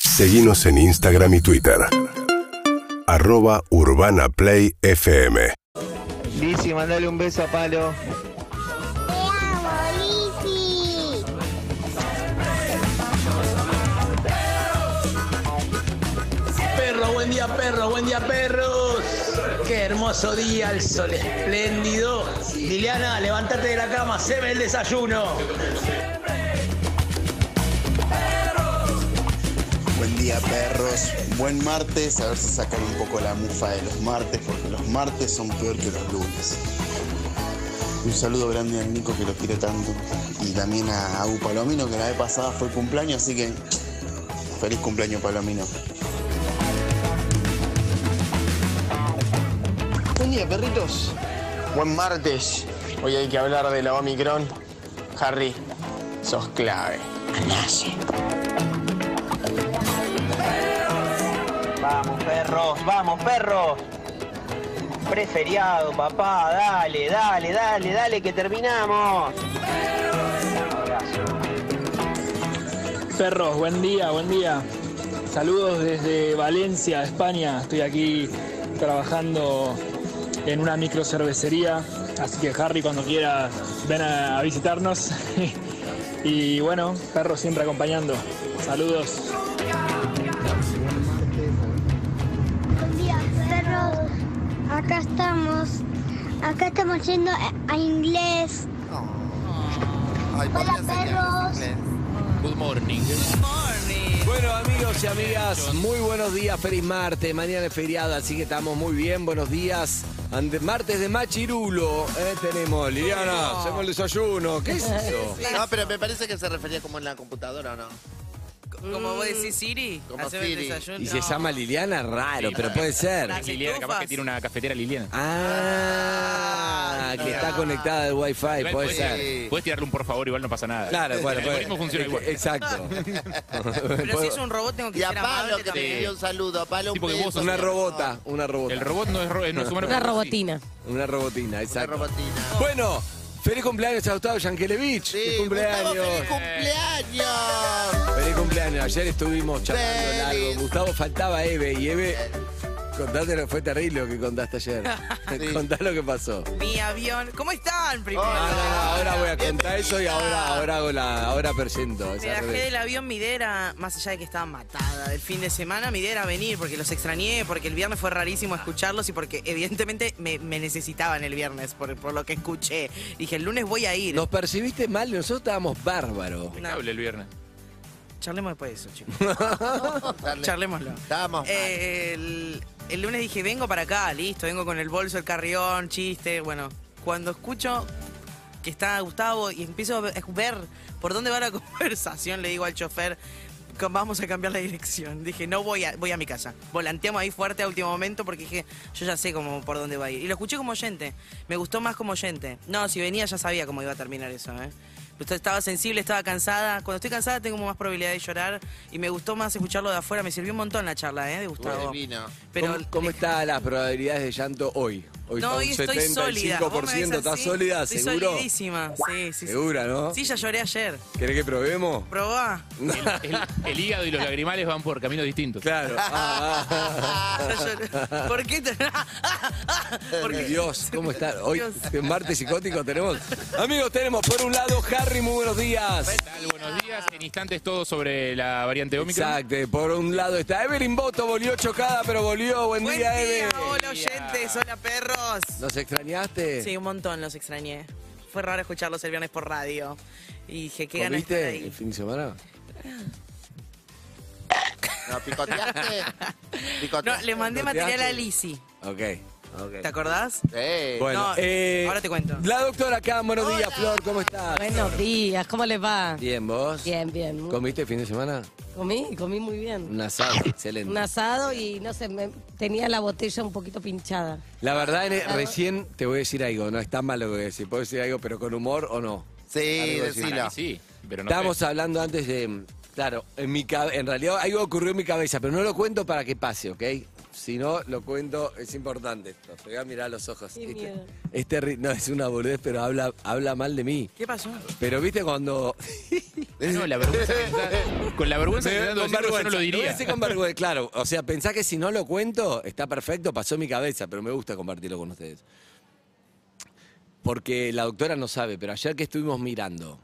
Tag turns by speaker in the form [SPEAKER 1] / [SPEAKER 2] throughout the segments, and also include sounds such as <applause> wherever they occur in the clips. [SPEAKER 1] Seguimos en Instagram y Twitter. Arroba Urbana Play FM.
[SPEAKER 2] Lizzy, mandale un beso a Palo.
[SPEAKER 3] Te amo, Lizzy.
[SPEAKER 4] Perro, buen día, perro, buen día, perros. Qué hermoso día, el sol espléndido. Liliana, levántate de la cama, se ve el desayuno.
[SPEAKER 5] Buen día perros, buen martes, a ver si sacan un poco la mufa de los martes, porque los martes son peor que los lunes. Un saludo grande al Nico que lo quiero tanto y también a Agu Palomino que la vez pasada fue cumpleaños, así que feliz cumpleaños Palomino.
[SPEAKER 6] Buen día, perritos. Buen martes. Hoy hay que hablar de la Omicron. Harry, sos clave.
[SPEAKER 2] Vamos, perros, vamos, perros. Preferiado, papá, dale, dale, dale, dale, que terminamos.
[SPEAKER 7] Perros, buen día, buen día. Saludos desde Valencia, España. Estoy aquí trabajando en una microcervecería. Así que Harry, cuando quieras, ven a, a visitarnos. <laughs> y bueno, perros siempre acompañando. Saludos.
[SPEAKER 3] Buen día, perros. Acá estamos. Acá estamos yendo a- a inglés. Hola, perros.
[SPEAKER 8] Bueno, amigos y amigas, muy buenos días, feliz martes. Mañana es feriado, así que estamos muy bien. Buenos días. Ante- martes de Machirulo, eh, tenemos Liliana, hacemos el desayuno. ¿Qué es
[SPEAKER 9] <laughs>
[SPEAKER 8] eso?
[SPEAKER 9] No, pero me parece que se refería como en la computadora, ¿o no?
[SPEAKER 10] Como vos decís, Siri,
[SPEAKER 9] Como
[SPEAKER 10] haceme el
[SPEAKER 9] Siri.
[SPEAKER 10] desayuno.
[SPEAKER 8] Y se llama Liliana, raro, pero puede ser.
[SPEAKER 10] Las
[SPEAKER 4] Liliana, capaz que
[SPEAKER 10] estufas.
[SPEAKER 4] tiene una cafetera Liliana.
[SPEAKER 8] Ah, que está conectada al Wi-Fi, puede ser.
[SPEAKER 9] Sí.
[SPEAKER 4] Puedes tirarle un por favor, igual no pasa nada.
[SPEAKER 8] Claro, bueno,
[SPEAKER 4] El
[SPEAKER 8] puede-
[SPEAKER 4] algoritmo funciona igual.
[SPEAKER 8] Exacto.
[SPEAKER 10] Pero si es un robot, tengo que
[SPEAKER 9] Y a
[SPEAKER 10] ser
[SPEAKER 9] Palo
[SPEAKER 10] amable
[SPEAKER 9] que me
[SPEAKER 10] también.
[SPEAKER 9] pidió un saludo, a Palo un
[SPEAKER 4] Sí, porque vos
[SPEAKER 9] beso.
[SPEAKER 4] sos
[SPEAKER 8] Una robota, una robota.
[SPEAKER 4] El robot no es, ro- eh, no es humano.
[SPEAKER 11] Una
[SPEAKER 4] pero sí.
[SPEAKER 11] robotina.
[SPEAKER 8] Una robotina,
[SPEAKER 9] Una
[SPEAKER 8] exacto.
[SPEAKER 9] robotina.
[SPEAKER 8] Bueno, feliz cumpleaños a Gustavo Yankelevich.
[SPEAKER 9] Sí,
[SPEAKER 8] feliz cumpleaños.
[SPEAKER 9] Gustavo, feliz Eh. cumpleaños.
[SPEAKER 8] Feliz cumpleaños. Ayer estuvimos charlando
[SPEAKER 9] Feliz.
[SPEAKER 8] largo. Gustavo faltaba Eve y Eve. Contate lo fue terrible lo que contaste
[SPEAKER 10] <laughs>
[SPEAKER 8] ayer. <laughs> Contá lo que pasó.
[SPEAKER 10] Mi avión. ¿Cómo están, primero?
[SPEAKER 8] Ah, no, no, ahora voy a contar eso y ahora, ahora hago la. Ahora presento.
[SPEAKER 10] Me
[SPEAKER 8] esa
[SPEAKER 10] bajé
[SPEAKER 8] red.
[SPEAKER 10] del avión Midera, más allá de que estaba matada del fin de semana, Midera a venir porque los extrañé, porque el viernes fue rarísimo escucharlos y porque evidentemente me, me necesitaban el viernes por, por lo que escuché. Dije, el lunes voy a ir.
[SPEAKER 8] Nos percibiste mal, nosotros estábamos bárbaros.
[SPEAKER 4] Impecable el viernes.
[SPEAKER 10] Charlemos después de eso, chicos.
[SPEAKER 9] <laughs> Dale.
[SPEAKER 10] Charlémoslo.
[SPEAKER 9] Estábamos mal.
[SPEAKER 10] Eh, el, el lunes dije, vengo para acá, listo, vengo con el bolso, el carrión, chiste. Bueno, cuando escucho que está Gustavo y empiezo a ve- a ver por dónde va la <laughs> conversación, le digo al chofer, "Com- vamos a cambiar la dirección. Dije, no voy a, voy a mi casa. Volanteamos ahí fuerte a último momento porque dije, yo ya sé cómo, por dónde va a ir. Y lo escuché como oyente, me gustó más como oyente. No, si venía ya sabía cómo iba a terminar eso, ¿eh? Usted estaba sensible, estaba cansada. Cuando estoy cansada tengo más probabilidad de llorar y me gustó más escucharlo de afuera. Me sirvió un montón la charla, ¿eh? De Gustavo.
[SPEAKER 9] Divino.
[SPEAKER 10] Pero
[SPEAKER 8] ¿Cómo, cómo están las probabilidades de llanto hoy? Hoy
[SPEAKER 10] no, hoy
[SPEAKER 8] está un
[SPEAKER 10] estoy sólida. Vos me ves
[SPEAKER 8] 75%, ¿estás
[SPEAKER 10] así,
[SPEAKER 8] sólida?
[SPEAKER 10] Estoy
[SPEAKER 8] ¿Seguro?
[SPEAKER 10] solidísima. Sí, sí, sí.
[SPEAKER 8] Segura, ¿no?
[SPEAKER 10] Sí, ya lloré ayer.
[SPEAKER 8] ¿Querés que probemos?
[SPEAKER 10] Probá.
[SPEAKER 4] El, <laughs> el hígado y los lagrimales van por caminos distintos.
[SPEAKER 10] <laughs>
[SPEAKER 8] <laughs> Claro. Ah, ah,
[SPEAKER 10] Ya lloré.
[SPEAKER 8] <laughs> ah.
[SPEAKER 10] ¿Por qué? te- <laughs> Porque-
[SPEAKER 8] Dios, ¿cómo está? Hoy,
[SPEAKER 10] Dios.
[SPEAKER 8] en martes psicótico, tenemos. Amigos, tenemos por un lado Harry, muy buenos días.
[SPEAKER 4] ¿Qué tal? Buenos días. En instantes todo sobre la variante Omicron.
[SPEAKER 8] Exacto, por un lado está Evelyn Boto, volvió chocada, pero volvió. Buen,
[SPEAKER 10] Buen
[SPEAKER 8] día,
[SPEAKER 10] día,
[SPEAKER 8] Evelyn.
[SPEAKER 10] hola oyentes, hola perros.
[SPEAKER 8] ¿Nos extrañaste?
[SPEAKER 10] Sí, un montón los extrañé. Fue raro escucharlos el viernes por radio. Y dije, qué ganas de estar
[SPEAKER 8] ¿Comiste
[SPEAKER 10] ahí.
[SPEAKER 8] el fin de semana?
[SPEAKER 9] No, <laughs> picoteaste.
[SPEAKER 10] No,
[SPEAKER 9] Picoteaste.
[SPEAKER 10] le mandé
[SPEAKER 8] ¿No te
[SPEAKER 10] material
[SPEAKER 8] hace?
[SPEAKER 10] a Lizzy.
[SPEAKER 8] Ok.
[SPEAKER 10] ¿Te acordás?
[SPEAKER 9] Sí.
[SPEAKER 8] Bueno,
[SPEAKER 10] No,
[SPEAKER 8] eh,
[SPEAKER 10] ahora te cuento.
[SPEAKER 8] La doctora acá, buenos días, Flor, ¿cómo estás?
[SPEAKER 11] Buenos días, ¿cómo les va?
[SPEAKER 8] Bien, ¿vos?
[SPEAKER 11] Bien, bien. Muy-
[SPEAKER 8] ¿Comiste el fin de semana?
[SPEAKER 11] Comí, comí muy bien.
[SPEAKER 8] Un asado, excelente.
[SPEAKER 11] Un asado y no sé, me- tenía la botella un poquito pinchada.
[SPEAKER 8] La verdad, eh, recién te voy a decir algo, no es tan malo lo que voy a decir. Puedo decir algo, pero con humor o no.
[SPEAKER 9] Sí, Ah,
[SPEAKER 8] Algo así.
[SPEAKER 9] decilo.
[SPEAKER 4] Sí, pero no
[SPEAKER 8] Estábamos
[SPEAKER 4] sé.
[SPEAKER 8] hablando antes de, Claro, en, mi cabe- en realidad algo ocurrió en mi cabeza, pero no lo cuento para que pase, ¿ok? Si no, lo cuento, es importante esto. Te voy a mirar a los ojos.
[SPEAKER 10] Qué
[SPEAKER 8] Este,
[SPEAKER 10] miedo.
[SPEAKER 8] este ri- no, es una boludez, pero habla, habla mal de mí.
[SPEAKER 10] ¿Qué pasó?
[SPEAKER 8] Pero viste cuando.
[SPEAKER 9] Ah,
[SPEAKER 12] no, la
[SPEAKER 9] <laughs>
[SPEAKER 12] vergüenza que está- con la vergüenza que
[SPEAKER 8] Me-
[SPEAKER 12] está dando decirlo, yo no
[SPEAKER 8] con
[SPEAKER 12] lo
[SPEAKER 8] vergüenza.
[SPEAKER 12] diría.
[SPEAKER 8] voy a decir con vergüenza, claro. O sea, pensá que si no lo cuento, está perfecto, pasó mi cabeza, pero me gusta compartirlo con ustedes. Porque la doctora no sabe, pero ayer que estuvimos mirando.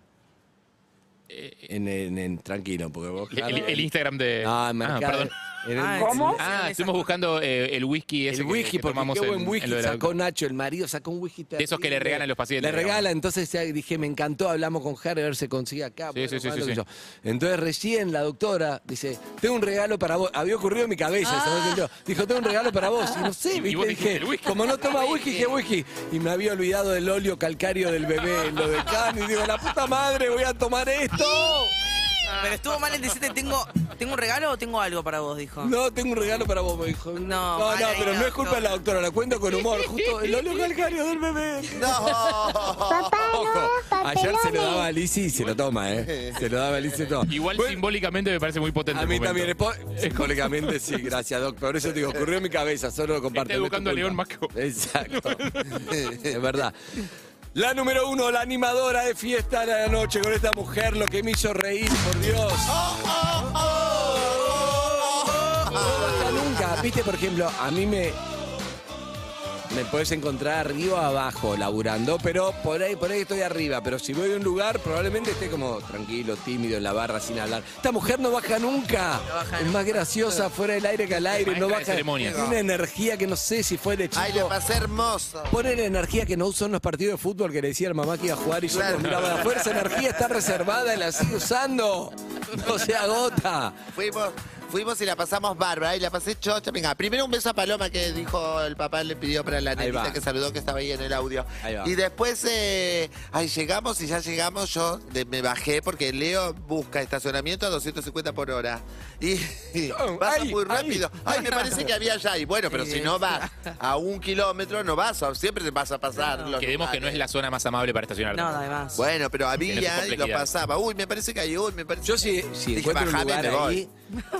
[SPEAKER 8] En, en- en- tranquilo, porque vos.
[SPEAKER 12] Eh, El, el- el Instagram de.
[SPEAKER 8] Ah, Mercado-
[SPEAKER 12] Eh, perdón.
[SPEAKER 8] en el- ¿Cómo?
[SPEAKER 12] Ah, estuvimos buscando eh, el whisky ese
[SPEAKER 8] El whisky,
[SPEAKER 12] que, que
[SPEAKER 8] porque
[SPEAKER 12] tomamos
[SPEAKER 8] qué
[SPEAKER 12] en-
[SPEAKER 8] buen
[SPEAKER 12] en
[SPEAKER 8] whisky
[SPEAKER 12] lo de la-
[SPEAKER 8] sacó Nacho, el marido sacó un whisky
[SPEAKER 12] De esos que
[SPEAKER 8] terrible.
[SPEAKER 12] le regalan los pacientes,
[SPEAKER 8] Le regala, entonces eh, dije, me encantó, hablamos con Harry a ver si consigue acá.
[SPEAKER 12] Sí, sí, sí, sí,
[SPEAKER 8] cuándo, qué
[SPEAKER 12] sí.
[SPEAKER 8] sé yo. Entonces recién la doctora dice, tengo un regalo para vos. Había ocurrido en mi cabeza. eso, ¿no? Dijo, tengo un regalo para vos. Y no
[SPEAKER 12] <laughs>
[SPEAKER 8] sé,
[SPEAKER 12] Y
[SPEAKER 8] viste,
[SPEAKER 12] vos dijiste,
[SPEAKER 8] dije,
[SPEAKER 12] el whisky.
[SPEAKER 8] como no
[SPEAKER 12] <laughs>
[SPEAKER 8] toma whisky, ¿qué whisky? Y me había olvidado del óleo calcario del bebé, lo de Can. Y digo, la puta madre, voy a tomar esto.
[SPEAKER 10] Pero estuvo mal en decirte, ¿tengo, ¿tengo un regalo o tengo algo para vos? Dijo.
[SPEAKER 8] No, tengo un regalo para vos, me dijo. No,
[SPEAKER 10] No,
[SPEAKER 8] no,
[SPEAKER 10] mal ahí
[SPEAKER 8] pero no es culpa
[SPEAKER 10] no.
[SPEAKER 8] de la doctora, la cuento con humor. Justo el óleo calcario del bebé. Ojo, <laughs> ayer se lo daba a Lizzy y se lo toma, ¿eh? Se lo daba a Lizzy y se
[SPEAKER 12] <laughs>
[SPEAKER 8] lo toma.
[SPEAKER 12] Igual simbólicamente me parece muy potente.
[SPEAKER 8] A
[SPEAKER 12] el
[SPEAKER 8] mí
[SPEAKER 12] momento.
[SPEAKER 8] también, es po- simbólicamente sí, gracias, Doc. Por eso te digo, ocurrió en mi cabeza, solo lo comparto.
[SPEAKER 12] Está
[SPEAKER 8] no es tu
[SPEAKER 12] educando a
[SPEAKER 8] culpa.
[SPEAKER 12] León más que vos.
[SPEAKER 8] Exacto. <laughs> es verdad. La número uno, la animadora de fiesta de la noche con esta mujer, lo que me hizo reír, por Dios. Hasta nunca, viste, por ejemplo, a mí me. Me puedes encontrar arriba o abajo, laburando, pero por ahí, por ahí estoy arriba. Pero si voy a un lugar, probablemente esté como tranquilo, tímido, en la barra, sin hablar. Esta mujer no baja nunca. es más graciosa fuera del aire que al aire.
[SPEAKER 12] Maestra
[SPEAKER 8] No
[SPEAKER 12] de
[SPEAKER 8] baja.
[SPEAKER 12] ceremonias.
[SPEAKER 8] Tiene una energía que no sé si fue de chico.
[SPEAKER 9] Ay, le pasé hermoso.
[SPEAKER 8] Ponen energía que no usó en los partidos de fútbol que le decía a la mamá que iba a jugar y yo
[SPEAKER 9] Claro.
[SPEAKER 8] los miraba la fuerza energía está reservada y la sigue usando. No se agota.
[SPEAKER 9] Fuimos, fuimos y la pasamos bárbara y la pasé chocha. Venga, primero un beso a Paloma que dijo el papá le pidió para la
[SPEAKER 8] Ahí va.
[SPEAKER 9] nenita que saludó que estaba ahí en el audio.
[SPEAKER 8] Ahí va.
[SPEAKER 9] Y después, eh, ahí llegamos y ya llegamos, yo de- me bajé porque Leo busca estacionamiento a 250 por hora. Y, y
[SPEAKER 8] <laughs> Oh,
[SPEAKER 9] vas
[SPEAKER 8] ay,
[SPEAKER 9] muy rápido.
[SPEAKER 8] ay.
[SPEAKER 9] Ay, me parece que había allá. Y bueno, pero si no
[SPEAKER 8] <laughs>
[SPEAKER 9] vas a un kilómetro, no vas, a- siempre te vas a pasar. los
[SPEAKER 12] Quedemos que no es la zona más amable para estacionar.
[SPEAKER 10] No, además.
[SPEAKER 9] Bueno, pero
[SPEAKER 12] Tiene sus
[SPEAKER 9] había y lo
[SPEAKER 12] complejidades.
[SPEAKER 9] pasaba. Uy, me parece que hay un, me parece
[SPEAKER 8] Yo si, si
[SPEAKER 9] Dije,
[SPEAKER 8] encuentro un
[SPEAKER 9] bajame,
[SPEAKER 8] lugar
[SPEAKER 9] me voy.
[SPEAKER 8] ahí,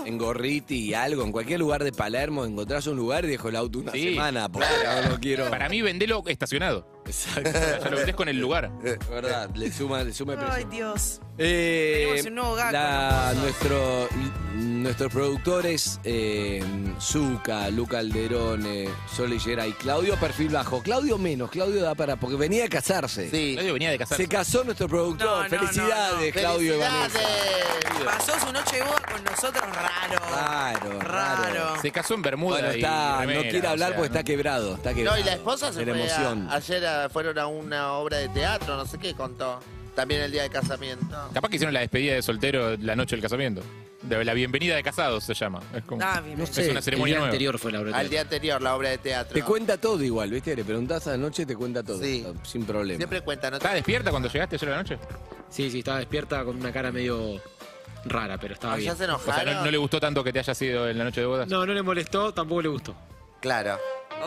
[SPEAKER 8] en Gorriti y algo, en cualquier lugar de Palermo, encontrás un lugar y dejo el auto una
[SPEAKER 12] Sí.
[SPEAKER 8] semana porque no lo
[SPEAKER 9] <laughs>
[SPEAKER 8] quiero.
[SPEAKER 12] Para mí, vendelo estacionado.
[SPEAKER 8] Exacto.
[SPEAKER 12] Ya lo vendés con el
[SPEAKER 8] <laughs>
[SPEAKER 12] lugar.
[SPEAKER 8] Es verdad, le suma, le suma el precio.
[SPEAKER 10] Ay, Dios.
[SPEAKER 8] Eh,
[SPEAKER 10] Tenemos un nuevo gato,
[SPEAKER 8] la-
[SPEAKER 10] ¿no?
[SPEAKER 8] nuestro- nuestros productores, eh, Zucca, Luca Alderone, Sol Higuera y Claudio, perfil bajo. Claudio menos, Claudio da para, porque venía a casarse.
[SPEAKER 9] Sí.
[SPEAKER 12] Claudio venía de casarse.
[SPEAKER 8] Se casó nuestro productor.
[SPEAKER 10] No, no, no,
[SPEAKER 8] Felicidades,
[SPEAKER 10] no.
[SPEAKER 8] Claudio y Vanessa.
[SPEAKER 10] Pasó su noche de boda con nosotros raro.
[SPEAKER 8] Raro, raro.
[SPEAKER 10] Raro.
[SPEAKER 12] Se casó en Bermuda.
[SPEAKER 8] Bueno,
[SPEAKER 12] y
[SPEAKER 8] está,
[SPEAKER 12] remera,
[SPEAKER 8] no quiere hablar
[SPEAKER 12] o sea,
[SPEAKER 8] porque
[SPEAKER 12] ¿no?
[SPEAKER 8] está quebrado. Está
[SPEAKER 9] No,
[SPEAKER 8] quebrado.
[SPEAKER 9] y la esposa se
[SPEAKER 8] De la
[SPEAKER 9] fue a-
[SPEAKER 8] emoción.
[SPEAKER 9] ayer a- fueron a una obra de teatro, no sé qué contó. También el día de casamiento.
[SPEAKER 12] Capaz que hicieron la despedida de soltero la noche del casamiento. De la bienvenida de casados se llama. Es como.
[SPEAKER 10] Ah, bien, bien.
[SPEAKER 12] es una ceremonia nueva.
[SPEAKER 6] fue la
[SPEAKER 9] Al día anterior, la obra de teatro.
[SPEAKER 8] Te cuenta todo igual, ¿viste? Le preguntás a la noche, te cuenta todo.
[SPEAKER 9] Sí.
[SPEAKER 8] Sin problema.
[SPEAKER 9] Siempre cuenta, ¿no?
[SPEAKER 12] ¿Estás despierta cuando llegaste ayer a la noche?
[SPEAKER 6] Sí, sí, estaba despierta con una cara medio rara, pero
[SPEAKER 8] Ah,
[SPEAKER 6] estaba
[SPEAKER 9] Ay, ya
[SPEAKER 6] bien.
[SPEAKER 9] se
[SPEAKER 12] O sea,
[SPEAKER 9] enojaron.
[SPEAKER 12] no, no le gustó tanto que te haya sido en la noche de bodas.
[SPEAKER 6] No, no le molestó, tampoco le gustó.
[SPEAKER 9] Claro.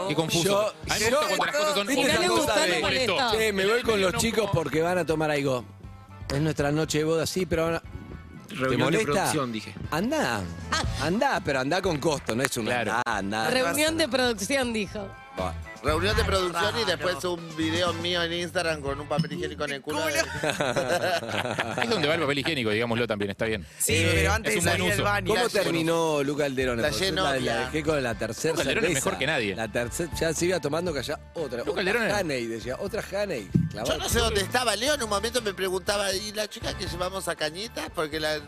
[SPEAKER 12] Qué confuso.
[SPEAKER 8] Yo-
[SPEAKER 12] A mí me gusta cuando las cosas son
[SPEAKER 8] ¿Viste
[SPEAKER 12] obvias.
[SPEAKER 8] esa cosa de-
[SPEAKER 11] molestó.
[SPEAKER 8] Che, me voy con los chicos porque van a tomar algo. Es nuestra noche de boda, sí, pero van a- ¿Te
[SPEAKER 6] Reunión de
[SPEAKER 8] molesta?
[SPEAKER 6] producción, dije.
[SPEAKER 8] Andá,
[SPEAKER 12] Ah.
[SPEAKER 8] andá, pero andá con costo, no es una
[SPEAKER 12] Claro.
[SPEAKER 8] Ah, andá.
[SPEAKER 11] Reunión de producción, dijo.
[SPEAKER 8] Va.
[SPEAKER 9] Reunión de producción y
[SPEAKER 10] raro.
[SPEAKER 9] después un video mío en Instagram con un papel higiénico en el culo.
[SPEAKER 12] Es donde va el papel higiénico, digámoslo también, está bien.
[SPEAKER 10] Sí, pero antes
[SPEAKER 12] es
[SPEAKER 10] de
[SPEAKER 12] un
[SPEAKER 10] salir
[SPEAKER 12] buen
[SPEAKER 10] del
[SPEAKER 12] uso.
[SPEAKER 10] baño.
[SPEAKER 8] ¿Cómo terminó Luca Alderone?
[SPEAKER 9] La
[SPEAKER 8] Porque yo
[SPEAKER 9] lleno,
[SPEAKER 8] la
[SPEAKER 9] ya.
[SPEAKER 8] dejé con la tercera
[SPEAKER 12] Luca Alderone es
[SPEAKER 8] cerveza.
[SPEAKER 12] mejor que nadie.
[SPEAKER 8] La tercera, ya se iba tomando que allá otra.
[SPEAKER 12] Luca
[SPEAKER 8] otra
[SPEAKER 12] Alderone-
[SPEAKER 8] Haney, decía, otra Haney.
[SPEAKER 9] <laughs> Yo
[SPEAKER 8] Clavada.
[SPEAKER 9] no sé dónde estaba. Leo en un momento me preguntaba, ¿y la chica que llevamos a Cañitas? Porque la,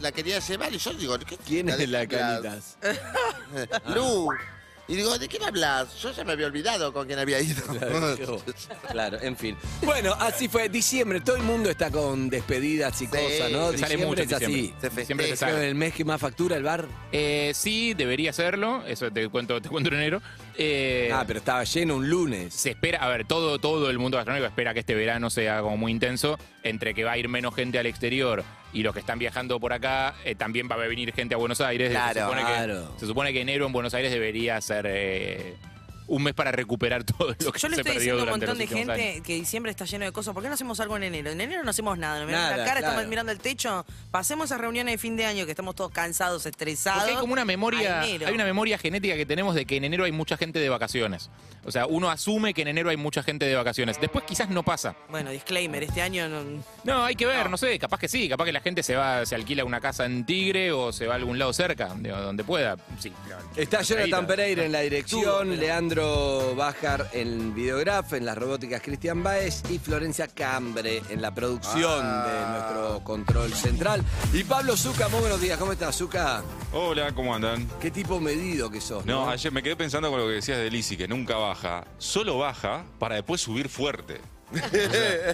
[SPEAKER 9] la quería llevar. Y yo digo, ¿qué
[SPEAKER 8] ¿Quién es la
[SPEAKER 9] chica?
[SPEAKER 8] canitas?
[SPEAKER 9] <laughs> Lu. Y digo, ¿de quién hablas? Yo ya me había olvidado con quién había
[SPEAKER 8] <laughs>
[SPEAKER 9] ido. <laughs>
[SPEAKER 8] Claro, en fin. Bueno, así fue. Diciembre, todo el mundo está con despedidas y cosas, ¿no?
[SPEAKER 12] Te sale
[SPEAKER 8] Diciembre
[SPEAKER 12] mucho
[SPEAKER 8] es así.
[SPEAKER 12] diciembre.
[SPEAKER 9] Se
[SPEAKER 12] Diciembre te
[SPEAKER 9] festeja.
[SPEAKER 8] Creo que
[SPEAKER 12] sale.
[SPEAKER 8] el mes que más factura el bar.
[SPEAKER 12] Eh, sí, debería hacerlo. Eso te cuento, te cuento en enero. Eh,
[SPEAKER 8] ah, pero estaba lleno un lunes.
[SPEAKER 12] Se espera, a ver, todo, todo el mundo gastronómico espera que este verano sea como muy intenso, entre que va a ir menos gente al exterior y los que están viajando por acá, eh, también va a venir gente a Buenos Aires.
[SPEAKER 9] Claro,
[SPEAKER 12] se supone,
[SPEAKER 8] claro.
[SPEAKER 12] que, se supone que enero en Buenos Aires debería ser eh, un mes para recuperar <laughs> todo lo que
[SPEAKER 10] Yo le
[SPEAKER 12] se
[SPEAKER 10] estoy
[SPEAKER 12] perdió
[SPEAKER 10] diciendo a un
[SPEAKER 12] durante
[SPEAKER 10] montón de
[SPEAKER 12] los últimos
[SPEAKER 10] gente
[SPEAKER 12] años.
[SPEAKER 10] que diciembre está lleno de cosas. ¿Por qué no hacemos algo en enero? En enero no hacemos nada. Nos miramos
[SPEAKER 12] Nada,
[SPEAKER 10] la cara,
[SPEAKER 12] claro.
[SPEAKER 10] estamos mirando el techo. Pasemos a reuniones de fin de año que estamos todos cansados, estresados.
[SPEAKER 12] Porque hay como una memoria,
[SPEAKER 10] a enero.
[SPEAKER 12] hay una memoria genética que tenemos de que en enero hay mucha gente de vacaciones. O sea, uno asume que en enero hay mucha gente de vacaciones. Después quizás no pasa.
[SPEAKER 10] Bueno, disclaimer, este año no...
[SPEAKER 12] No, hay que ver, no. sé, capaz que sí, capaz que la gente se va, se alquila una casa en Tigre o se va a algún lado cerca, digo, donde pueda. Sí, claro.
[SPEAKER 8] Está Jonathan
[SPEAKER 12] Ahí,
[SPEAKER 8] Pereira en la dirección, Leandro Bajar en Videograf, en las robóticas Cristian Baez y Florencia Cambre en la producción de nuestro control central. Y Pablo Zuca, muy buenos días, ¿cómo estás, Zuca?
[SPEAKER 13] Hola, ¿cómo andan?
[SPEAKER 8] Qué tipo medido que sos.
[SPEAKER 13] No,
[SPEAKER 8] <laughs>
[SPEAKER 13] ayer me quedé pensando con lo que decías de Lisi, que nunca baja, solo baja para después subir fuerte.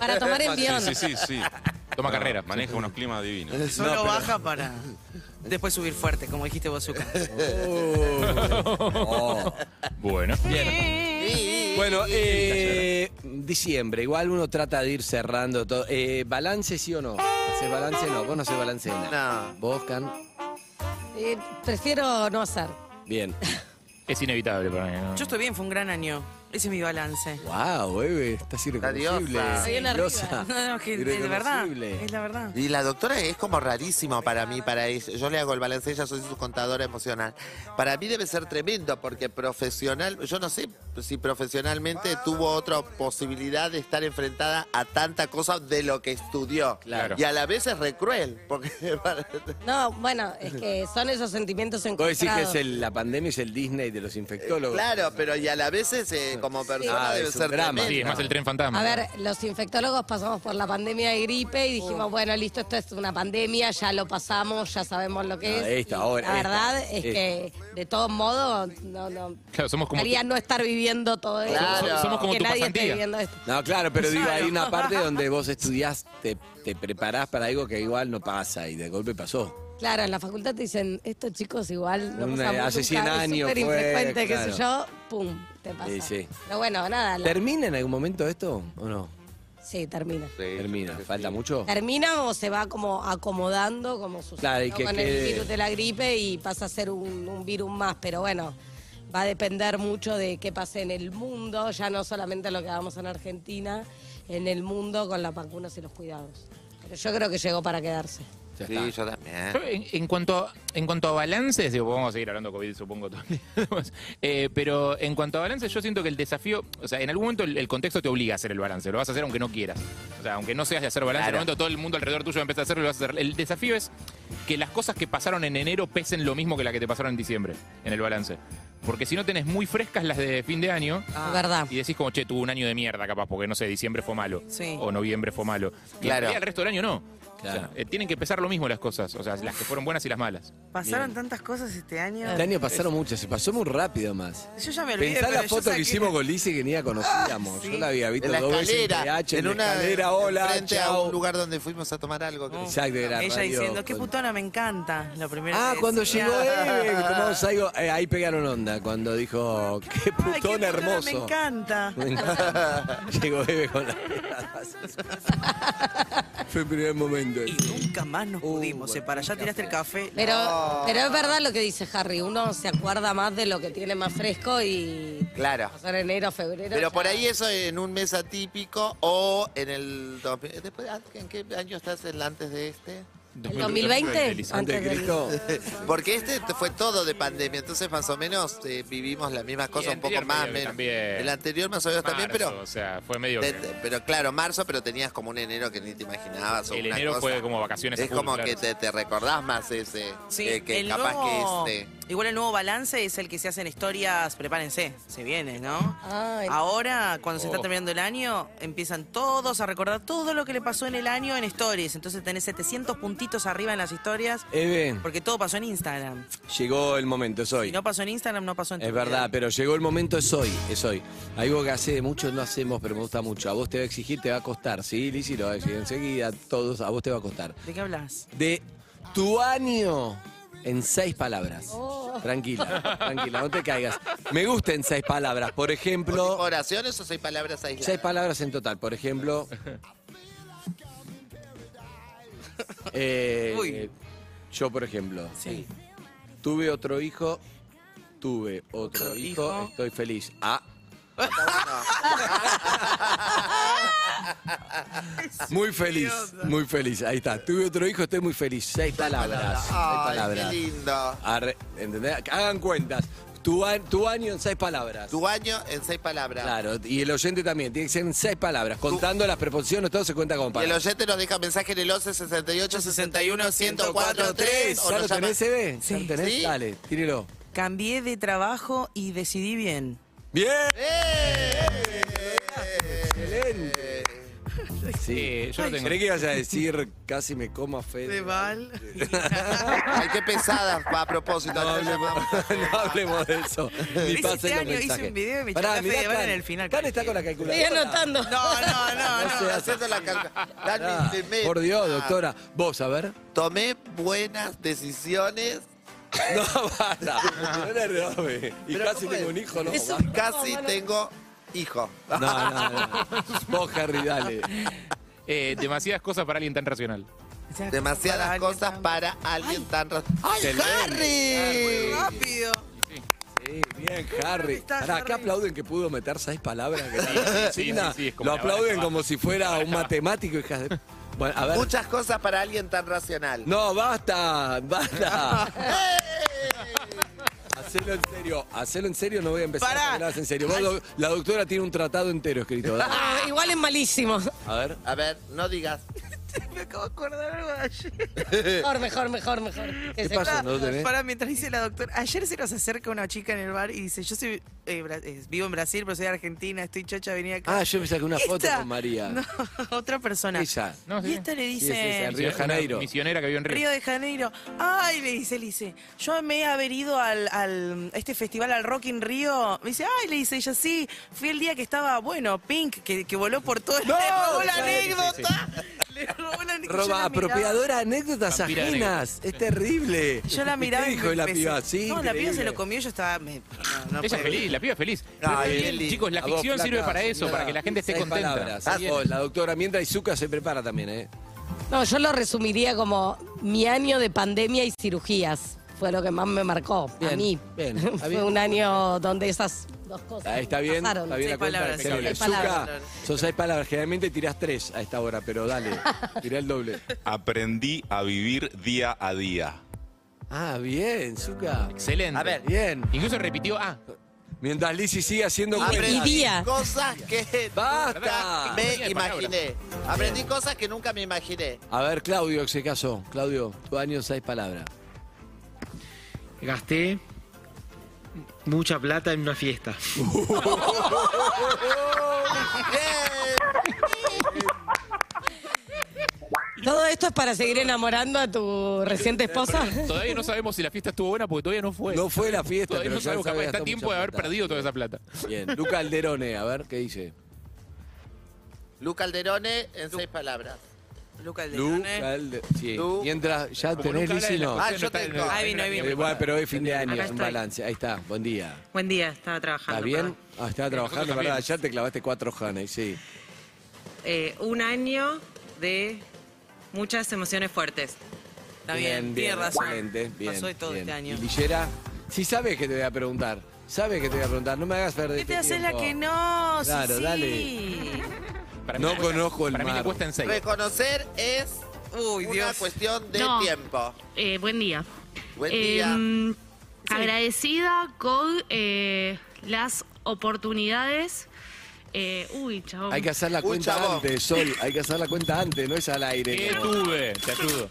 [SPEAKER 11] Para tomar envión.
[SPEAKER 13] Sí, sí, sí. sí.
[SPEAKER 12] <laughs> Toma carrera.
[SPEAKER 13] Maneja unos climas divinos.
[SPEAKER 10] Solo baja para después subir fuerte, como dijiste vos, Zucca.
[SPEAKER 8] Oh.
[SPEAKER 12] Bueno.
[SPEAKER 8] Bueno, eh, diciembre, igual uno trata de ir cerrando todo. Eh, ¿Balance sí o no? ¿Haces balance? No, vos no haces balance de nada. ¿Vos, Can?
[SPEAKER 11] Eh, prefiero no hacer.
[SPEAKER 8] Bien.
[SPEAKER 12] Es inevitable para mí. ¿no?
[SPEAKER 10] Yo estoy bien, fue un gran año. Ese es mi balance.
[SPEAKER 8] ¡Wow, bebé! Estás irreconocible.
[SPEAKER 9] diosa.
[SPEAKER 10] Ahí en arriba.
[SPEAKER 9] Diosa.
[SPEAKER 10] No, no, que es verdad.
[SPEAKER 9] Irreconocible.
[SPEAKER 10] Es la verdad.
[SPEAKER 9] Y la doctora es como rarísimo para mí, para ella. Yo le hago el balance, ella soy su contadora emocional. Para mí debe ser tremendo porque profesional, yo no sé si profesionalmente tuvo otra posibilidad de estar enfrentada a tanta cosa de lo que estudió.
[SPEAKER 8] Claro.
[SPEAKER 9] Y a la vez es re cruel. Porque <laughs> para-
[SPEAKER 11] No, bueno, es que son esos sentimientos
[SPEAKER 8] Vos decís que
[SPEAKER 11] encontrados.
[SPEAKER 8] es el- la pandemia es el Disney de los infectólogos.
[SPEAKER 9] claro, pero y a la vez es, eh, como persona
[SPEAKER 8] Ah,
[SPEAKER 9] debe
[SPEAKER 8] es un
[SPEAKER 9] ser
[SPEAKER 8] drama.
[SPEAKER 9] tremendo.
[SPEAKER 8] Sí, es más el
[SPEAKER 12] Tren fantasma.
[SPEAKER 11] A ver, los infectólogos pasamos por la pandemia de gripe y
[SPEAKER 8] Oh.
[SPEAKER 11] dijimos, bueno, listo, esto es una pandemia, ya lo pasamos, ya sabemos lo que
[SPEAKER 8] No,
[SPEAKER 11] es.
[SPEAKER 8] Ah, esta,
[SPEAKER 11] Y
[SPEAKER 8] ahora,
[SPEAKER 11] La
[SPEAKER 8] esta,
[SPEAKER 11] verdad es
[SPEAKER 8] esta.
[SPEAKER 11] que, de todos modos, no, no.
[SPEAKER 12] Claro, somos como.
[SPEAKER 11] Haría no estar viviendo todo esto.
[SPEAKER 8] Claro. Somos como
[SPEAKER 11] que
[SPEAKER 8] tu
[SPEAKER 11] nadie esté
[SPEAKER 8] pasantía.
[SPEAKER 11] viviendo esto.
[SPEAKER 8] No, claro, pero digo, hay
[SPEAKER 11] Claro.
[SPEAKER 8] una
[SPEAKER 11] <laughs>
[SPEAKER 8] parte donde vos estudiás, te, te preparás para algo que igual no pasa y de golpe pasó.
[SPEAKER 11] Claro, en la facultad te dicen, estos chicos igual no
[SPEAKER 8] Una-
[SPEAKER 11] pasamos
[SPEAKER 8] hace
[SPEAKER 11] nunca,
[SPEAKER 8] 100
[SPEAKER 11] es
[SPEAKER 8] años
[SPEAKER 11] súper
[SPEAKER 8] fue,
[SPEAKER 11] infrecuente, qué sé yo,
[SPEAKER 8] claro.
[SPEAKER 11] pum, te pasa.
[SPEAKER 8] Sí, sí.
[SPEAKER 11] Pero bueno, nada, la-
[SPEAKER 8] ¿Termina en algún momento esto o no?
[SPEAKER 11] sí, termina.
[SPEAKER 8] Termina. ¿Falta mucho?
[SPEAKER 11] Termina o se va como acomodando, como sucede
[SPEAKER 8] Claro, y
[SPEAKER 11] ¿no?
[SPEAKER 8] que-
[SPEAKER 11] con
[SPEAKER 8] que-
[SPEAKER 11] el virus de la gripe y pasa a ser un, un virus más, pero bueno, va a depender mucho de qué pase en el mundo, ya no solamente lo que hagamos en Argentina, en el mundo con las vacunas y los cuidados. Pero yo creo que llegó para quedarse.
[SPEAKER 9] Sí, yo también.
[SPEAKER 12] Yo, En, en cuanto a, en cuanto a balances, digo, vamos a seguir hablando COVID, supongo, todo el día. Eh, pero en cuanto a balances, yo siento que el desafío, o sea, en algún momento el, el contexto te obliga a hacer el balance, lo vas a hacer aunque no quieras. O sea, aunque no seas de hacer balance, en
[SPEAKER 8] Claro.
[SPEAKER 12] algún momento todo el mundo alrededor tuyo empieza a hacerlo y lo vas a hacer. El desafío es que las cosas que pasaron en enero pesen lo mismo que las que te pasaron en diciembre, en el balance. Porque si no tenés muy frescas las de fin de año.
[SPEAKER 11] Es verdad.
[SPEAKER 12] Y decís como, che, tuve un año de mierda capaz, porque no sé, diciembre fue malo.
[SPEAKER 11] Sí.
[SPEAKER 12] O noviembre fue malo. Y en
[SPEAKER 10] Claro.
[SPEAKER 12] realidad el resto del año no.
[SPEAKER 8] Claro.
[SPEAKER 12] O sea, eh, tienen que pesar lo mismo las cosas. O sea, las que fueron buenas y las malas.
[SPEAKER 10] Pasaron tantas cosas este año.
[SPEAKER 8] Este año pasaron muchas, se pasó muy rápido más.
[SPEAKER 10] Yo ya me olvidé.
[SPEAKER 8] Pensá
[SPEAKER 10] pero
[SPEAKER 8] la
[SPEAKER 10] yo
[SPEAKER 8] foto
[SPEAKER 10] saqué-
[SPEAKER 8] que hicimos con Lizzie que ni la conocíamos. Yo la había visto
[SPEAKER 9] En la
[SPEAKER 8] dos veces en
[SPEAKER 9] escalera,
[SPEAKER 8] PH, en,
[SPEAKER 9] en
[SPEAKER 8] la
[SPEAKER 9] una-
[SPEAKER 8] escalera, hola,
[SPEAKER 9] frente a
[SPEAKER 8] chao.
[SPEAKER 9] un lugar donde fuimos a tomar algo. creo.
[SPEAKER 8] Exacto, era
[SPEAKER 10] Ella
[SPEAKER 8] radio.
[SPEAKER 10] diciendo, qué putona, me encanta. La primera
[SPEAKER 8] Ah,
[SPEAKER 10] vez.
[SPEAKER 8] cuando
[SPEAKER 10] Ya. <laughs>
[SPEAKER 8] llegó Eve, que tomamos algo, eh, ahí pegaron onda, cuando dijo, qué
[SPEAKER 10] Ay, qué
[SPEAKER 8] putón
[SPEAKER 10] putona,
[SPEAKER 8] hermoso.
[SPEAKER 10] Me encanta.
[SPEAKER 8] Me encanta. llegó Eve con
[SPEAKER 10] <laughs>
[SPEAKER 8] las miradas. Fue el primer momento.
[SPEAKER 10] Y nunca más
[SPEAKER 8] Uh,
[SPEAKER 10] nos pudimos separar. Ya tiraste el café.
[SPEAKER 11] Pero, pero es verdad lo que dice Harry, uno se acuerda más de lo que tiene más fresco y
[SPEAKER 9] Claro.
[SPEAKER 11] pasar enero, febrero.
[SPEAKER 9] Pero por
[SPEAKER 11] ya-
[SPEAKER 9] ahí eso en un mes atípico o en el... dos- Después, ah, ¿En qué año estás el antes de este?
[SPEAKER 11] ¿El 2020? Antes del-
[SPEAKER 9] Porque este fue todo de pandemia, entonces más o menos eh, vivimos las mismas cosas, un poco
[SPEAKER 12] anterior
[SPEAKER 9] más,
[SPEAKER 12] medio que
[SPEAKER 9] menos.
[SPEAKER 12] también.
[SPEAKER 9] El anterior más o menos también,
[SPEAKER 12] Marzo,
[SPEAKER 9] pero...
[SPEAKER 12] O sea, fue medio.
[SPEAKER 9] te-
[SPEAKER 12] que-
[SPEAKER 9] te- pero claro, marzo, pero tenías como un enero que ni te imaginabas. o
[SPEAKER 12] El
[SPEAKER 9] una
[SPEAKER 12] enero
[SPEAKER 9] cosa.
[SPEAKER 12] fue como vacaciones a
[SPEAKER 9] Es
[SPEAKER 12] full,
[SPEAKER 9] como
[SPEAKER 12] claro.
[SPEAKER 9] que te, te recordás más ese.
[SPEAKER 10] Sí,
[SPEAKER 8] Eh,
[SPEAKER 9] que, que
[SPEAKER 10] el
[SPEAKER 9] capaz
[SPEAKER 10] nuevo-
[SPEAKER 9] que este.
[SPEAKER 10] Igual el nuevo balance es el que se hacen historias, prepárense, se viene, ¿no? Ahora, cuando se está
[SPEAKER 11] Oh.
[SPEAKER 10] terminando el año, empiezan todos a recordar todo lo que le pasó en el año en stories. Entonces tenés 700 puntitos arriba en las historias,
[SPEAKER 8] Eve,
[SPEAKER 10] porque todo pasó en Instagram.
[SPEAKER 8] llegó el momento, es hoy.
[SPEAKER 10] Si no pasó en Instagram, no pasó en
[SPEAKER 8] Es
[SPEAKER 10] Twitter.
[SPEAKER 8] verdad, pero llegó el momento, es hoy, es hoy. Algo que hace mucho no hacemos, pero me gusta mucho. A vos te va a exigir, te va a costar, ¿sí? Lizzy lo va a exigir enseguida, todos, a vos te va a costar.
[SPEAKER 10] ¿De qué hablas?
[SPEAKER 8] De tu año en seis palabras.
[SPEAKER 10] Oh.
[SPEAKER 8] Tranquila, tranquila, no te caigas. Me gusta en seis palabras, por ejemplo...
[SPEAKER 9] ¿Oraciones o seis palabras aisladas?
[SPEAKER 8] Seis palabras en total, por ejemplo... eh,
[SPEAKER 9] Uy.
[SPEAKER 8] eh, Yo, por ejemplo,
[SPEAKER 10] Sí.
[SPEAKER 8] tuve otro hijo tuve otro,
[SPEAKER 10] Otro
[SPEAKER 8] hijo,
[SPEAKER 10] hijo.
[SPEAKER 8] estoy feliz.
[SPEAKER 9] <laughs>
[SPEAKER 8] Ah, muy feliz, muy feliz. Ahí está. Tuve otro hijo, estoy muy feliz. Seis palabras.
[SPEAKER 9] Ay,
[SPEAKER 8] seis palabras.
[SPEAKER 9] qué lindo.
[SPEAKER 8] Arre- ¿entendés? Hagan cuentas. Tu, a- tu año en seis palabras.
[SPEAKER 9] Tu año en seis palabras.
[SPEAKER 8] Claro, y el oyente también, tiene que ser en seis palabras. Contando las preposiciones, todo se cuenta como
[SPEAKER 9] Y el
[SPEAKER 8] palabras.
[SPEAKER 9] oyente nos deja mensaje en el 11 68 61 104 3.
[SPEAKER 8] ¿Ya lo tenés, eh. Eve? ¿Ya lo tenés?
[SPEAKER 10] Sí.
[SPEAKER 8] Dale, tírelo.
[SPEAKER 10] Cambié de trabajo y decidí bien.
[SPEAKER 8] ¡Bien!
[SPEAKER 9] ¡Eh! Excelente.
[SPEAKER 8] Sí.
[SPEAKER 12] Eh,
[SPEAKER 10] yo lo tengo.
[SPEAKER 8] Creí que ibas a decir casi me coma fe.
[SPEAKER 10] De mal.
[SPEAKER 9] Ay, qué pesadas va a propósito.
[SPEAKER 8] No hablemos, <laughs> <laughs> no hablemos de
[SPEAKER 10] <laughs>
[SPEAKER 8] eso. Ni
[SPEAKER 10] Hice
[SPEAKER 8] pasen
[SPEAKER 10] este
[SPEAKER 8] los
[SPEAKER 10] año, hice
[SPEAKER 8] mensajes.
[SPEAKER 10] un video y me
[SPEAKER 8] Pará,
[SPEAKER 10] echó la fe
[SPEAKER 8] mirá
[SPEAKER 10] de bala en
[SPEAKER 8] Can.
[SPEAKER 10] el final.
[SPEAKER 8] Can está con la calculadora.
[SPEAKER 10] Estoy anotando. No,
[SPEAKER 8] <laughs>
[SPEAKER 10] no, no, no.
[SPEAKER 9] haciendo la calca. Dani,
[SPEAKER 8] Pará,
[SPEAKER 9] te metas.
[SPEAKER 8] Ah, Por Dios, doctora. Vos, a ver. <laughs>
[SPEAKER 9] Tomé buenas decisiones.
[SPEAKER 8] No, basta. No le robes. Y
[SPEAKER 9] Pero
[SPEAKER 8] casi
[SPEAKER 9] ¿cómo es?
[SPEAKER 8] tengo un hijo, ¿no?
[SPEAKER 9] Eso-
[SPEAKER 8] basta.
[SPEAKER 9] Casi tengo hijo.
[SPEAKER 8] No, no, no. Vos, Harry, dale.
[SPEAKER 12] Eh, demasiadas cosas para alguien tan racional.
[SPEAKER 9] Demasiadas cosas para alguien tan... ra- ¡Ay,
[SPEAKER 10] Muy
[SPEAKER 9] Harry!
[SPEAKER 10] rápido.
[SPEAKER 8] Sí, bien, Harry. Pará, acá aplauden que pudo meter seis palabras. Que
[SPEAKER 12] Sí, sí, sí,
[SPEAKER 8] Signa,
[SPEAKER 12] sí, es como
[SPEAKER 8] Lo
[SPEAKER 12] la bala
[SPEAKER 8] aplauden
[SPEAKER 12] que
[SPEAKER 8] como si fuera un matemático, hija de. Bueno, a ver.
[SPEAKER 9] Muchas cosas para alguien tan racional.
[SPEAKER 8] No, basta, <laughs> basta.
[SPEAKER 9] ¡Eh!
[SPEAKER 8] Hacelo en serio, hacelo en serio, no voy a empezar
[SPEAKER 11] Pará.
[SPEAKER 8] a en serio. Vos, doc- la doctora tiene un tratado entero escrito. dale.
[SPEAKER 11] Ah, igual es malísimo.
[SPEAKER 8] A ver.
[SPEAKER 9] A ver, no digas.
[SPEAKER 10] Me acabo de acordar algo de ayer.
[SPEAKER 11] Mejor, mejor, mejor, mejor. Que se-
[SPEAKER 8] pasó? Ah, ¿No lo tenés?
[SPEAKER 10] Para mientras dice la doctora. Ayer se nos acerca una chica en el bar y dice: Yo soy, eh, bra- eh, vivo en Brasil, pero soy de Argentina, estoy chocha, venía acá.
[SPEAKER 8] Ah, yo me saqué una foto
[SPEAKER 10] Esta-
[SPEAKER 8] con María.
[SPEAKER 10] <laughs> No, otra persona.
[SPEAKER 8] Ella.
[SPEAKER 12] No,
[SPEAKER 10] Y
[SPEAKER 12] sí.
[SPEAKER 10] esta le
[SPEAKER 8] Sí, sí, sí,
[SPEAKER 10] dice.
[SPEAKER 8] en Río de
[SPEAKER 12] Una
[SPEAKER 8] Janeiro.
[SPEAKER 12] Misionera que vive en Río.
[SPEAKER 10] Río de Janeiro. Ay, le dice, le dice, yo me he haber ido al, al- a este festival, al Rock in Rio. Me dice, ay, le dice ella, sí, fui el día que estaba, bueno, Pink, que, que voló por todo el
[SPEAKER 8] ¡No!
[SPEAKER 10] Le robó la
[SPEAKER 8] Sí, sí,
[SPEAKER 10] anécdota. Le robó la anécdota. Yo
[SPEAKER 8] Roba,
[SPEAKER 10] la miraba.
[SPEAKER 8] apropiadora anécdotas
[SPEAKER 12] Vampira de
[SPEAKER 8] ajenas. Es terrible.
[SPEAKER 10] Yo la miraba
[SPEAKER 8] ¿Qué
[SPEAKER 10] y
[SPEAKER 8] dijo
[SPEAKER 10] me
[SPEAKER 8] la
[SPEAKER 10] empecé-
[SPEAKER 8] piba? Sí,
[SPEAKER 10] No, la piba se
[SPEAKER 8] increíble.
[SPEAKER 10] lo comió, yo estaba... me- no, no
[SPEAKER 12] Ella es
[SPEAKER 10] puedo.
[SPEAKER 12] feliz, la piba es feliz.
[SPEAKER 9] Ay,
[SPEAKER 12] Bien,
[SPEAKER 9] qué lindo.
[SPEAKER 12] Chicos, la
[SPEAKER 8] Ah, A vos,
[SPEAKER 12] ficción
[SPEAKER 8] flaca,
[SPEAKER 12] sirve para eso,
[SPEAKER 8] señora.
[SPEAKER 12] para que la gente esté
[SPEAKER 8] Seis
[SPEAKER 12] contenta.
[SPEAKER 8] palabras.
[SPEAKER 12] Ah, bien.
[SPEAKER 8] Vos, la doctora, mientras Izuka se prepara también, ¿eh?
[SPEAKER 11] No, yo lo resumiría como mi año de pandemia y cirugías. Fue lo que más me marcó
[SPEAKER 8] Bien,
[SPEAKER 11] a mí. <laughs>
[SPEAKER 8] bien, está bien.
[SPEAKER 11] Fue un año donde esas dos cosas.
[SPEAKER 8] Ahí está bien,
[SPEAKER 11] pasaron.
[SPEAKER 8] está bien la
[SPEAKER 10] Seis
[SPEAKER 8] cuenta.
[SPEAKER 10] palabras,
[SPEAKER 8] Excelente.
[SPEAKER 11] seis palabras.
[SPEAKER 8] Zucca, son seis palabras. Generalmente tirás tres a esta hora, pero dale,
[SPEAKER 11] <laughs>
[SPEAKER 8] tirá el doble.
[SPEAKER 13] Aprendí a vivir día a día.
[SPEAKER 8] Ah, bien, Zuka.
[SPEAKER 12] Excelente.
[SPEAKER 9] A ver.
[SPEAKER 8] Bien.
[SPEAKER 12] Incluso repitió "Ah, A.
[SPEAKER 8] Mientras Lizzy sigue haciendo
[SPEAKER 12] Ah,
[SPEAKER 9] Aprendí
[SPEAKER 8] cuentas.
[SPEAKER 11] día.
[SPEAKER 9] cosas que
[SPEAKER 8] ¡Basta!
[SPEAKER 9] nunca me
[SPEAKER 12] Tenía palabras.
[SPEAKER 9] imaginé. Aprendí cosas que nunca me imaginé.
[SPEAKER 8] A ver, Claudio, que se casó. Claudio, tu año, seis palabras.
[SPEAKER 14] Gasté mucha plata en una fiesta.
[SPEAKER 11] Todo esto es para seguir enamorando a tu reciente esposa.
[SPEAKER 12] Todavía no sabemos si la fiesta estuvo buena porque todavía no fue.
[SPEAKER 8] No fue la fiesta,
[SPEAKER 12] Todavía
[SPEAKER 8] pero
[SPEAKER 12] no
[SPEAKER 8] ya
[SPEAKER 12] sabemos,
[SPEAKER 8] sabe
[SPEAKER 12] capaz está
[SPEAKER 8] gastar
[SPEAKER 12] tiempo
[SPEAKER 8] mucha
[SPEAKER 12] de haber
[SPEAKER 8] plata.
[SPEAKER 12] perdido toda esa plata.
[SPEAKER 8] <laughs> Bien, Luca Alderone, a ver qué dice.
[SPEAKER 9] Lu Calderone en seis palabras.
[SPEAKER 10] Luca
[SPEAKER 8] Luca
[SPEAKER 10] Alderone.
[SPEAKER 8] Alderone. Sí.
[SPEAKER 9] Lu-
[SPEAKER 8] Mientras ya
[SPEAKER 12] Como
[SPEAKER 8] tenés
[SPEAKER 12] nunca habla de
[SPEAKER 8] Lizzy,
[SPEAKER 12] las
[SPEAKER 8] no.
[SPEAKER 12] cosas
[SPEAKER 9] Ah,
[SPEAKER 12] que
[SPEAKER 9] yo
[SPEAKER 12] no están en
[SPEAKER 9] tengo.
[SPEAKER 12] el-
[SPEAKER 10] Ahí vino, ahí vino.
[SPEAKER 8] Eh, bueno, pero hoy fin de año,
[SPEAKER 10] Acá
[SPEAKER 8] un
[SPEAKER 10] estoy.
[SPEAKER 8] balance. Ahí está, buen día.
[SPEAKER 10] Buen día, estaba
[SPEAKER 8] ¿Estás
[SPEAKER 10] trabajando.
[SPEAKER 8] bien? Ah, estaba trabajando,
[SPEAKER 12] nosotros
[SPEAKER 8] ¿verdad?
[SPEAKER 12] también.
[SPEAKER 8] Ya te clavaste cuatro Hanes, sí.
[SPEAKER 10] eh, un año de muchas emociones fuertes. Está bien, tiene razón.
[SPEAKER 8] excelente, bien,
[SPEAKER 10] Pasó de todo
[SPEAKER 8] bien.
[SPEAKER 10] este año.
[SPEAKER 8] ¿Y Lillera? Sí, sabes que te voy a preguntar. Sabes que te voy a preguntar. No me hagas perder
[SPEAKER 10] ¿Qué te
[SPEAKER 8] este
[SPEAKER 10] haces la
[SPEAKER 8] tiempo.
[SPEAKER 10] que no? Sí,
[SPEAKER 8] Claro,
[SPEAKER 10] sí.
[SPEAKER 12] Para mí
[SPEAKER 8] No
[SPEAKER 12] le cuesta-
[SPEAKER 8] conozco el
[SPEAKER 12] Para mí
[SPEAKER 8] mar.
[SPEAKER 12] le cuesta en seis.
[SPEAKER 9] Reconocer es
[SPEAKER 10] Uy,
[SPEAKER 9] una
[SPEAKER 10] Dios.
[SPEAKER 9] cuestión de
[SPEAKER 15] No.
[SPEAKER 9] tiempo.
[SPEAKER 15] Eh, buen día.
[SPEAKER 9] Buen
[SPEAKER 15] Eh,
[SPEAKER 9] día.
[SPEAKER 15] mm, Agradecida con eh, las oportunidades. eh, uy, chabón.
[SPEAKER 8] Hay que hacer la
[SPEAKER 9] Un
[SPEAKER 8] cuenta
[SPEAKER 9] chabón.
[SPEAKER 8] antes, Sol. Hay que hacer la cuenta antes, no es al aire.
[SPEAKER 12] ¿Qué
[SPEAKER 8] como-
[SPEAKER 12] tuve? Te ayudo.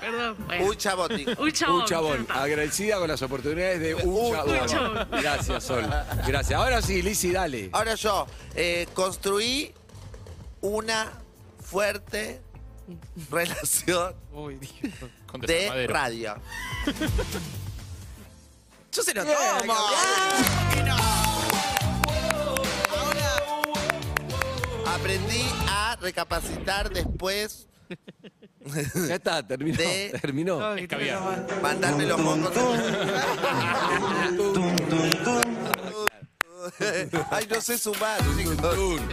[SPEAKER 15] Perdón. bueno.
[SPEAKER 9] Un chabotín.
[SPEAKER 15] Un chabón.
[SPEAKER 8] Un chabón,
[SPEAKER 15] ya está.
[SPEAKER 8] agradecida con las oportunidades de un
[SPEAKER 9] Un
[SPEAKER 8] chabón.
[SPEAKER 15] chabón.
[SPEAKER 8] Gracias, Sol. Gracias. Ahora sí, Lizzy, dale.
[SPEAKER 10] Ah,
[SPEAKER 9] Ahora yo, eh, construí una fuerte relación
[SPEAKER 12] Uy, Dios. Contra San
[SPEAKER 9] de
[SPEAKER 12] Madero.
[SPEAKER 9] radio.
[SPEAKER 10] Yo se lo tomo. Ah.
[SPEAKER 9] Aprendí a recapacitar después,
[SPEAKER 8] Ya está, terminó.
[SPEAKER 9] De-
[SPEAKER 8] Terminó.
[SPEAKER 10] Ay,
[SPEAKER 12] Caviar.
[SPEAKER 9] mandarme los mocos. <laughs> Ay, no sé sumar,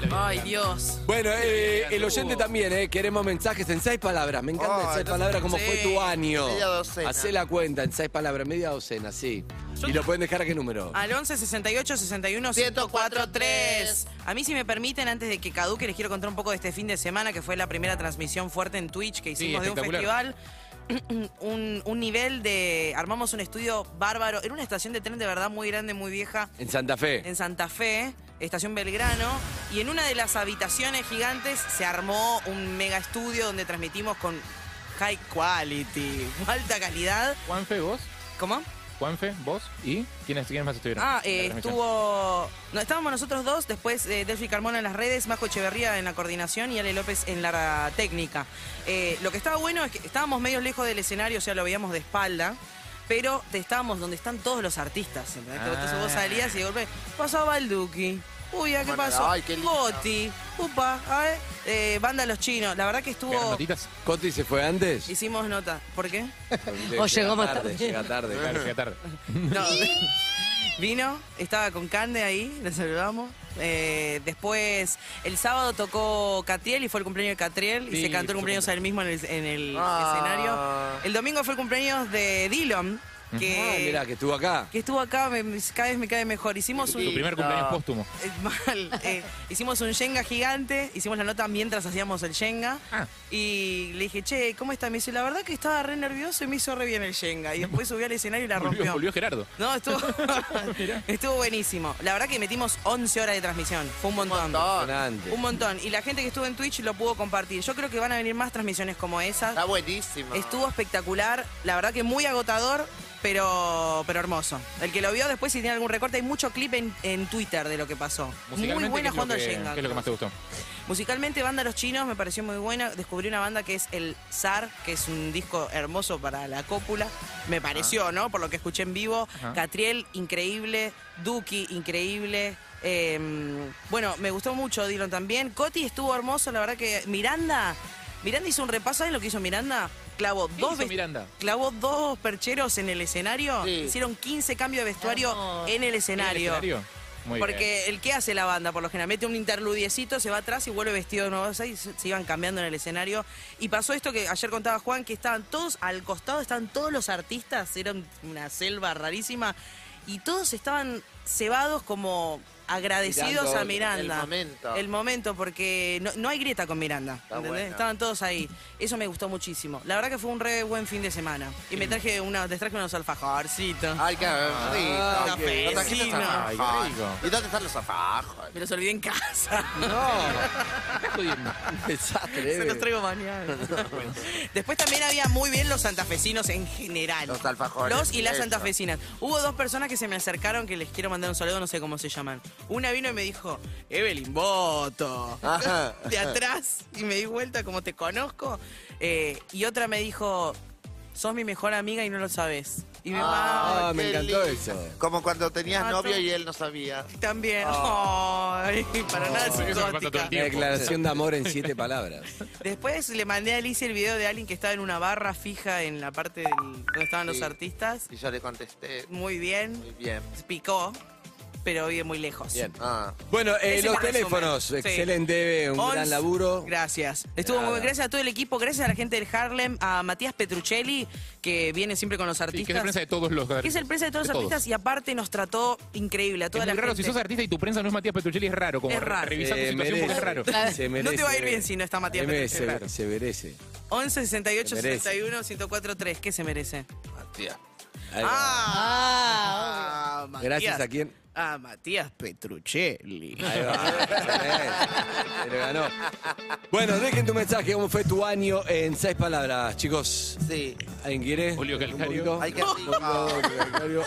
[SPEAKER 10] Ay, Dios.
[SPEAKER 8] Bueno, eh, el oyente también, eh, queremos mensajes en seis palabras. Me encanta en
[SPEAKER 10] Ay,
[SPEAKER 8] seis
[SPEAKER 10] no-
[SPEAKER 8] palabras cómo
[SPEAKER 10] sí.
[SPEAKER 8] fue tu año.
[SPEAKER 10] Media docena.
[SPEAKER 8] Hacé la cuenta en seis palabras, media docena, sí. ¿Y lo pueden dejar a qué número?
[SPEAKER 10] Al 11 68 61 1043. A mí, si me permiten, antes de que caduque, les quiero contar un poco de este fin de semana, que fue la primera transmisión fuerte en Twitch que
[SPEAKER 12] Sí,
[SPEAKER 10] hicimos de un
[SPEAKER 12] espectacular.
[SPEAKER 10] festival. <clears throat> un, un nivel de. Armamos un estudio bárbaro. Era una estación de tren de verdad muy grande, muy vieja.
[SPEAKER 8] En Santa Fe.
[SPEAKER 10] en Santa Fe, estación Belgrano, y en una de las habitaciones gigantes se armó un mega estudio donde transmitimos con high quality, <laughs> alta calidad.
[SPEAKER 12] Juanfe, vos.
[SPEAKER 10] ¿Cómo?
[SPEAKER 12] Juanfe, vos y quiénes, quiénes más estuvieron.
[SPEAKER 10] Ah,
[SPEAKER 12] en la
[SPEAKER 10] eh,
[SPEAKER 12] transmisión?
[SPEAKER 10] estuvo. No, estábamos nosotros dos, después eh, Delphi Carmona en las redes, Majo Echeverría en la coordinación y Ale López en la técnica. Eh, lo que estaba bueno es que estábamos medio lejos del escenario, o sea, lo veíamos de espalda. Pero te- estábamos donde están todos los artistas. ¿entendés? Entonces vos
[SPEAKER 2] Ah.
[SPEAKER 10] salías y de golpe pasaba el Duki. Uy, ¿a qué
[SPEAKER 2] Bueno,
[SPEAKER 10] pasó?
[SPEAKER 2] ay, qué lindo.
[SPEAKER 10] Coti, upa, a ver, eh, banda Los Chinos. La verdad que estuvo. <laughs>
[SPEAKER 8] ¿Coti se fue antes?
[SPEAKER 10] Hicimos nota. ¿Por qué?
[SPEAKER 8] Llega
[SPEAKER 10] llegó más tarde.
[SPEAKER 8] Llega tarde, claro, llega tarde.
[SPEAKER 10] No. <laughs> Vino, estaba con Cande ahí, le saludamos. Eh, después, el sábado tocó Catriel y fue el cumpleaños de Catriel
[SPEAKER 2] Sí,
[SPEAKER 10] y se
[SPEAKER 2] fue su
[SPEAKER 10] cantó el cumpleaños a él mismo en el, en el
[SPEAKER 12] Ah.
[SPEAKER 10] escenario. El domingo fue el cumpleaños de Dylan,
[SPEAKER 8] Ah,
[SPEAKER 10] que,
[SPEAKER 8] mirá, que estuvo acá.
[SPEAKER 10] que estuvo acá, me- me- cada vez me cae mejor. Hicimos
[SPEAKER 12] Tu
[SPEAKER 10] un.
[SPEAKER 12] primer cumpleaños póstumo.
[SPEAKER 10] Eh, <laughs> Mal. eh, hicimos un Yenga gigante, hicimos la nota mientras hacíamos el Yenga.
[SPEAKER 12] Ah.
[SPEAKER 10] Y le dije, che, ¿cómo está? Me dice, la verdad que estaba re nervioso y me hizo re bien el
[SPEAKER 12] <laughs>
[SPEAKER 10] Yenga. Y después subí al escenario y la rompió.
[SPEAKER 12] Volvió, volvió Gerardo.
[SPEAKER 10] No,
[SPEAKER 12] <laughs>
[SPEAKER 10] estuvo, estuvo buenísimo. La verdad que metimos 11 horas de transmisión. Fue un montón. Un
[SPEAKER 8] montón.
[SPEAKER 10] Un montón. Y la gente que estuvo en Twitch lo pudo compartir. Yo creo que van a venir más transmisiones como esas. Está
[SPEAKER 9] buenísimo.
[SPEAKER 10] Estuvo espectacular. La verdad que muy agotador, pero, pero hermoso. El que lo vio después, si tiene algún recorte, hay mucho clip en, en Twitter de lo que pasó. Muy
[SPEAKER 12] Musicalmente,
[SPEAKER 10] buena
[SPEAKER 12] ¿qué es lo
[SPEAKER 10] jugando al
[SPEAKER 12] que-
[SPEAKER 10] Jenga.
[SPEAKER 12] ¿Qué es lo que más te gustó?
[SPEAKER 10] Musicalmente, Banda Los Chinos me pareció muy buena. Descubrí una banda que es el SAR, que es un disco hermoso para la cópula. Me pareció, ¿no? Por lo que escuché en vivo.
[SPEAKER 2] Ajá.
[SPEAKER 10] Catriel, increíble. Duki, increíble. Eh, bueno, me gustó mucho Dylan también. Coti estuvo hermoso, la verdad que. Miranda, Miranda hizo un repaso. ¿Saben lo que hizo Miranda? Clavó dos
[SPEAKER 12] hizo
[SPEAKER 10] vest-
[SPEAKER 12] Miranda?
[SPEAKER 10] Clavó dos percheros en el escenario. Hicieron 15 cambios de vestuario en el escenario.
[SPEAKER 12] ¿En el escenario? Muy
[SPEAKER 10] Porque
[SPEAKER 12] bien.
[SPEAKER 10] el que hace la banda, por lo general, mete un interludiecito, se va atrás y vuelve vestido de nuevo. O sea, y se se iban cambiando en el escenario. Y pasó esto que ayer contaba Juan, que estaban todos al costado, estaban todos los artistas, era un- una selva rarísima. Y todos estaban cebados como agradecidos
[SPEAKER 9] Mirando
[SPEAKER 10] a Miranda.
[SPEAKER 9] el momento.
[SPEAKER 10] El momento, porque no, no hay grieta con Miranda. ¿entendés?
[SPEAKER 9] bueno.
[SPEAKER 10] Estaban todos ahí. Eso me gustó muchísimo. La verdad que fue un re buen fin de semana. Y me traje una, les traje unos alfajorcitos.
[SPEAKER 9] Ah.
[SPEAKER 10] Ay, qué Ah,
[SPEAKER 9] rico. ¿No trajiste los alfajores? ¿Y dónde están los alfajores?
[SPEAKER 10] Me los olvidé en casa. <laughs>
[SPEAKER 8] No. Desastre.
[SPEAKER 10] Se los traigo
[SPEAKER 9] <laughs>
[SPEAKER 10] mañana. Después también había muy bien los santafesinos en general. Los
[SPEAKER 9] alfajores,
[SPEAKER 10] Los y las
[SPEAKER 9] eso.
[SPEAKER 10] santafesinas. Hubo dos personas que se me acercaron que les quiero mandar un saludo, no sé cómo se llaman. Una vino y me dijo, Evelyn Boto.
[SPEAKER 9] Ah.
[SPEAKER 2] Ajá.
[SPEAKER 10] De atrás. Y me di vuelta como te conozco. Eh, y otra me dijo, sos mi mejor amiga y no lo sabes. Y me
[SPEAKER 9] Ah,
[SPEAKER 10] va.
[SPEAKER 9] me
[SPEAKER 10] qué
[SPEAKER 9] encantó
[SPEAKER 10] lindo.
[SPEAKER 9] eso. Como cuando tenías
[SPEAKER 10] Ah,
[SPEAKER 9] novio
[SPEAKER 10] tú-
[SPEAKER 9] y él no sabía.
[SPEAKER 10] También.
[SPEAKER 9] Ah.
[SPEAKER 10] Ay, para nada es exótica.
[SPEAKER 8] Una declaración de amor en
[SPEAKER 10] <laughs>
[SPEAKER 8] siete palabras.
[SPEAKER 10] Después le mandé a Alicia el video de alguien que estaba en una barra fija en la parte del- donde estaban los
[SPEAKER 9] Sí.
[SPEAKER 10] artistas.
[SPEAKER 9] Y yo le contesté.
[SPEAKER 10] Muy bien.
[SPEAKER 9] Muy bien.
[SPEAKER 10] Picó, pero vive muy lejos.
[SPEAKER 8] Bien.
[SPEAKER 9] Ah.
[SPEAKER 8] Bueno, eh,
[SPEAKER 10] Ese
[SPEAKER 8] los
[SPEAKER 10] es el resumen.
[SPEAKER 8] teléfonos.
[SPEAKER 10] Sí.
[SPEAKER 8] Excelente, un
[SPEAKER 10] Once.
[SPEAKER 8] gran laburo.
[SPEAKER 10] Gracias. Estuvo muy
[SPEAKER 8] Nada.
[SPEAKER 10] bien. Gracias a todo el equipo, gracias a la gente del Harlem, a Matías Petruccelli, que viene siempre con los
[SPEAKER 12] Sí,
[SPEAKER 10] artistas.
[SPEAKER 12] que es la prensa de todos los
[SPEAKER 10] Que es el prensa de todos los artistas y aparte nos trató increíble a
[SPEAKER 12] Es
[SPEAKER 10] toda
[SPEAKER 12] muy
[SPEAKER 10] la
[SPEAKER 12] raro, si
[SPEAKER 10] gente.
[SPEAKER 12] sos artista y tu prensa no es Matías Petruccelli, es raro. Como
[SPEAKER 10] Es raro. Eh,
[SPEAKER 12] Revisar tu
[SPEAKER 8] Se
[SPEAKER 12] situación porque es raro.
[SPEAKER 8] Eh, Se
[SPEAKER 10] No
[SPEAKER 8] merece,
[SPEAKER 10] te va a ir bien si no está Matías
[SPEAKER 8] se merece,
[SPEAKER 10] Petruccelli.
[SPEAKER 8] Se merece.
[SPEAKER 10] 11 68
[SPEAKER 8] Se merece.
[SPEAKER 10] 61 1043, ¿qué se merece?
[SPEAKER 8] Ahí va.
[SPEAKER 10] Ah, Matías.
[SPEAKER 8] Gracias a quién.
[SPEAKER 10] A Matías Petruccelli.
[SPEAKER 8] Ahí va.
[SPEAKER 9] <laughs>
[SPEAKER 8] Se lo ganó. Bueno, dejen tu mensaje, cómo fue tu año en seis palabras, chicos.
[SPEAKER 9] Sí.
[SPEAKER 8] ¿Alguien quiere? Julio Calcario. Hay que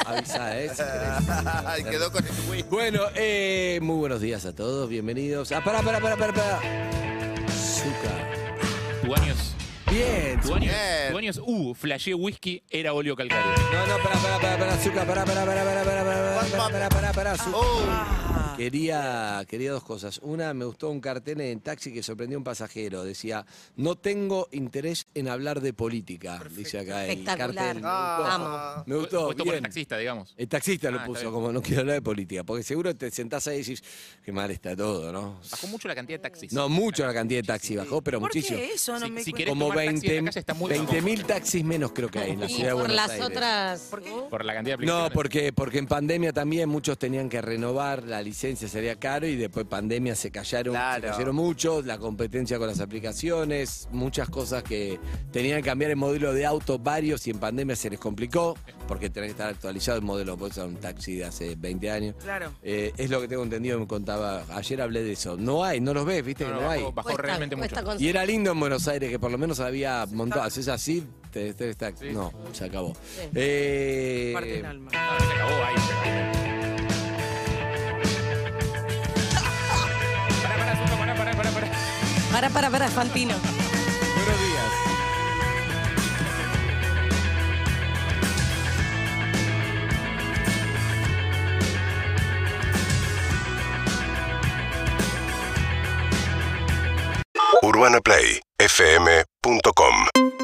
[SPEAKER 8] Avisa, eh, si querés.
[SPEAKER 9] Ay, quedó con <laughs> el güey.
[SPEAKER 8] Bueno, eh, muy buenos días a todos, bienvenidos. Ah, pará, pará, pará, pará, pará. Zucca.
[SPEAKER 12] Tu año es.
[SPEAKER 8] Bien.
[SPEAKER 12] Tu año, es- tu año es. Uh, flasheé whisky, era Olio Calcario.
[SPEAKER 8] No, no, pará, pará, pará, pará, Zucca, pará, pará, pará, pará, pará, pará, pará. pará, pará, pará, pará, su-
[SPEAKER 9] Oh.
[SPEAKER 8] Quería, quería dos cosas. Una, me gustó un cartel en el taxi que sorprendió a un pasajero. Decía, no tengo interés en hablar de política, dice acá el
[SPEAKER 11] Espectacular.
[SPEAKER 8] cartel.
[SPEAKER 11] Ah.
[SPEAKER 8] Me gustó,
[SPEAKER 12] Puesto por el
[SPEAKER 8] bien.
[SPEAKER 12] taxista, digamos.
[SPEAKER 8] El taxista
[SPEAKER 12] Ah,
[SPEAKER 8] lo
[SPEAKER 12] está
[SPEAKER 8] puso
[SPEAKER 12] bien.
[SPEAKER 8] como, no quiero hablar de política, porque seguro te sentás ahí y decís, qué mal está todo, ¿no?
[SPEAKER 12] Bajó mucho la cantidad de taxis.
[SPEAKER 8] No, mucho la cantidad de taxis bajó, pero
[SPEAKER 12] ¿Por qué
[SPEAKER 8] muchísimo.
[SPEAKER 12] eso? No Si- me si cu- querés
[SPEAKER 8] como
[SPEAKER 12] tomar taxi en la
[SPEAKER 8] 20
[SPEAKER 12] calle está muy
[SPEAKER 8] 20.000
[SPEAKER 12] bajo.
[SPEAKER 8] taxis menos creo que hay en la
[SPEAKER 11] Y
[SPEAKER 8] ciudad de
[SPEAKER 11] por
[SPEAKER 8] Buenos
[SPEAKER 11] las
[SPEAKER 8] Aires.
[SPEAKER 11] otras. uh,
[SPEAKER 12] Por la cantidad de
[SPEAKER 8] No, porque, porque en pandemia también muchos tenían que renovar, la licencia sería caro y después pandemia se callaron, se cayeron muchos, la competencia con las aplicaciones, muchas cosas que tenían que cambiar el modelo de auto varios y en pandemia se les complicó porque tenés que estar actualizado el modelo, pues un taxi de hace 20 años.
[SPEAKER 10] Claro.
[SPEAKER 8] Eh, es lo que tengo entendido, me contaba, ayer hablé de eso, no hay, no los ves, viste, no, hay.
[SPEAKER 11] cuesta- cuesta
[SPEAKER 8] Y
[SPEAKER 11] conseguir.
[SPEAKER 8] era lindo en Buenos Aires, que por lo menos había montadas. Es así, te, te- está- no, se acabó. Eh,
[SPEAKER 10] Parte del alma.
[SPEAKER 12] Se acabó ahí.
[SPEAKER 11] Pará, pará, pará, Fantino.
[SPEAKER 8] Buenos días.
[SPEAKER 1] UrbanaPlayFM.com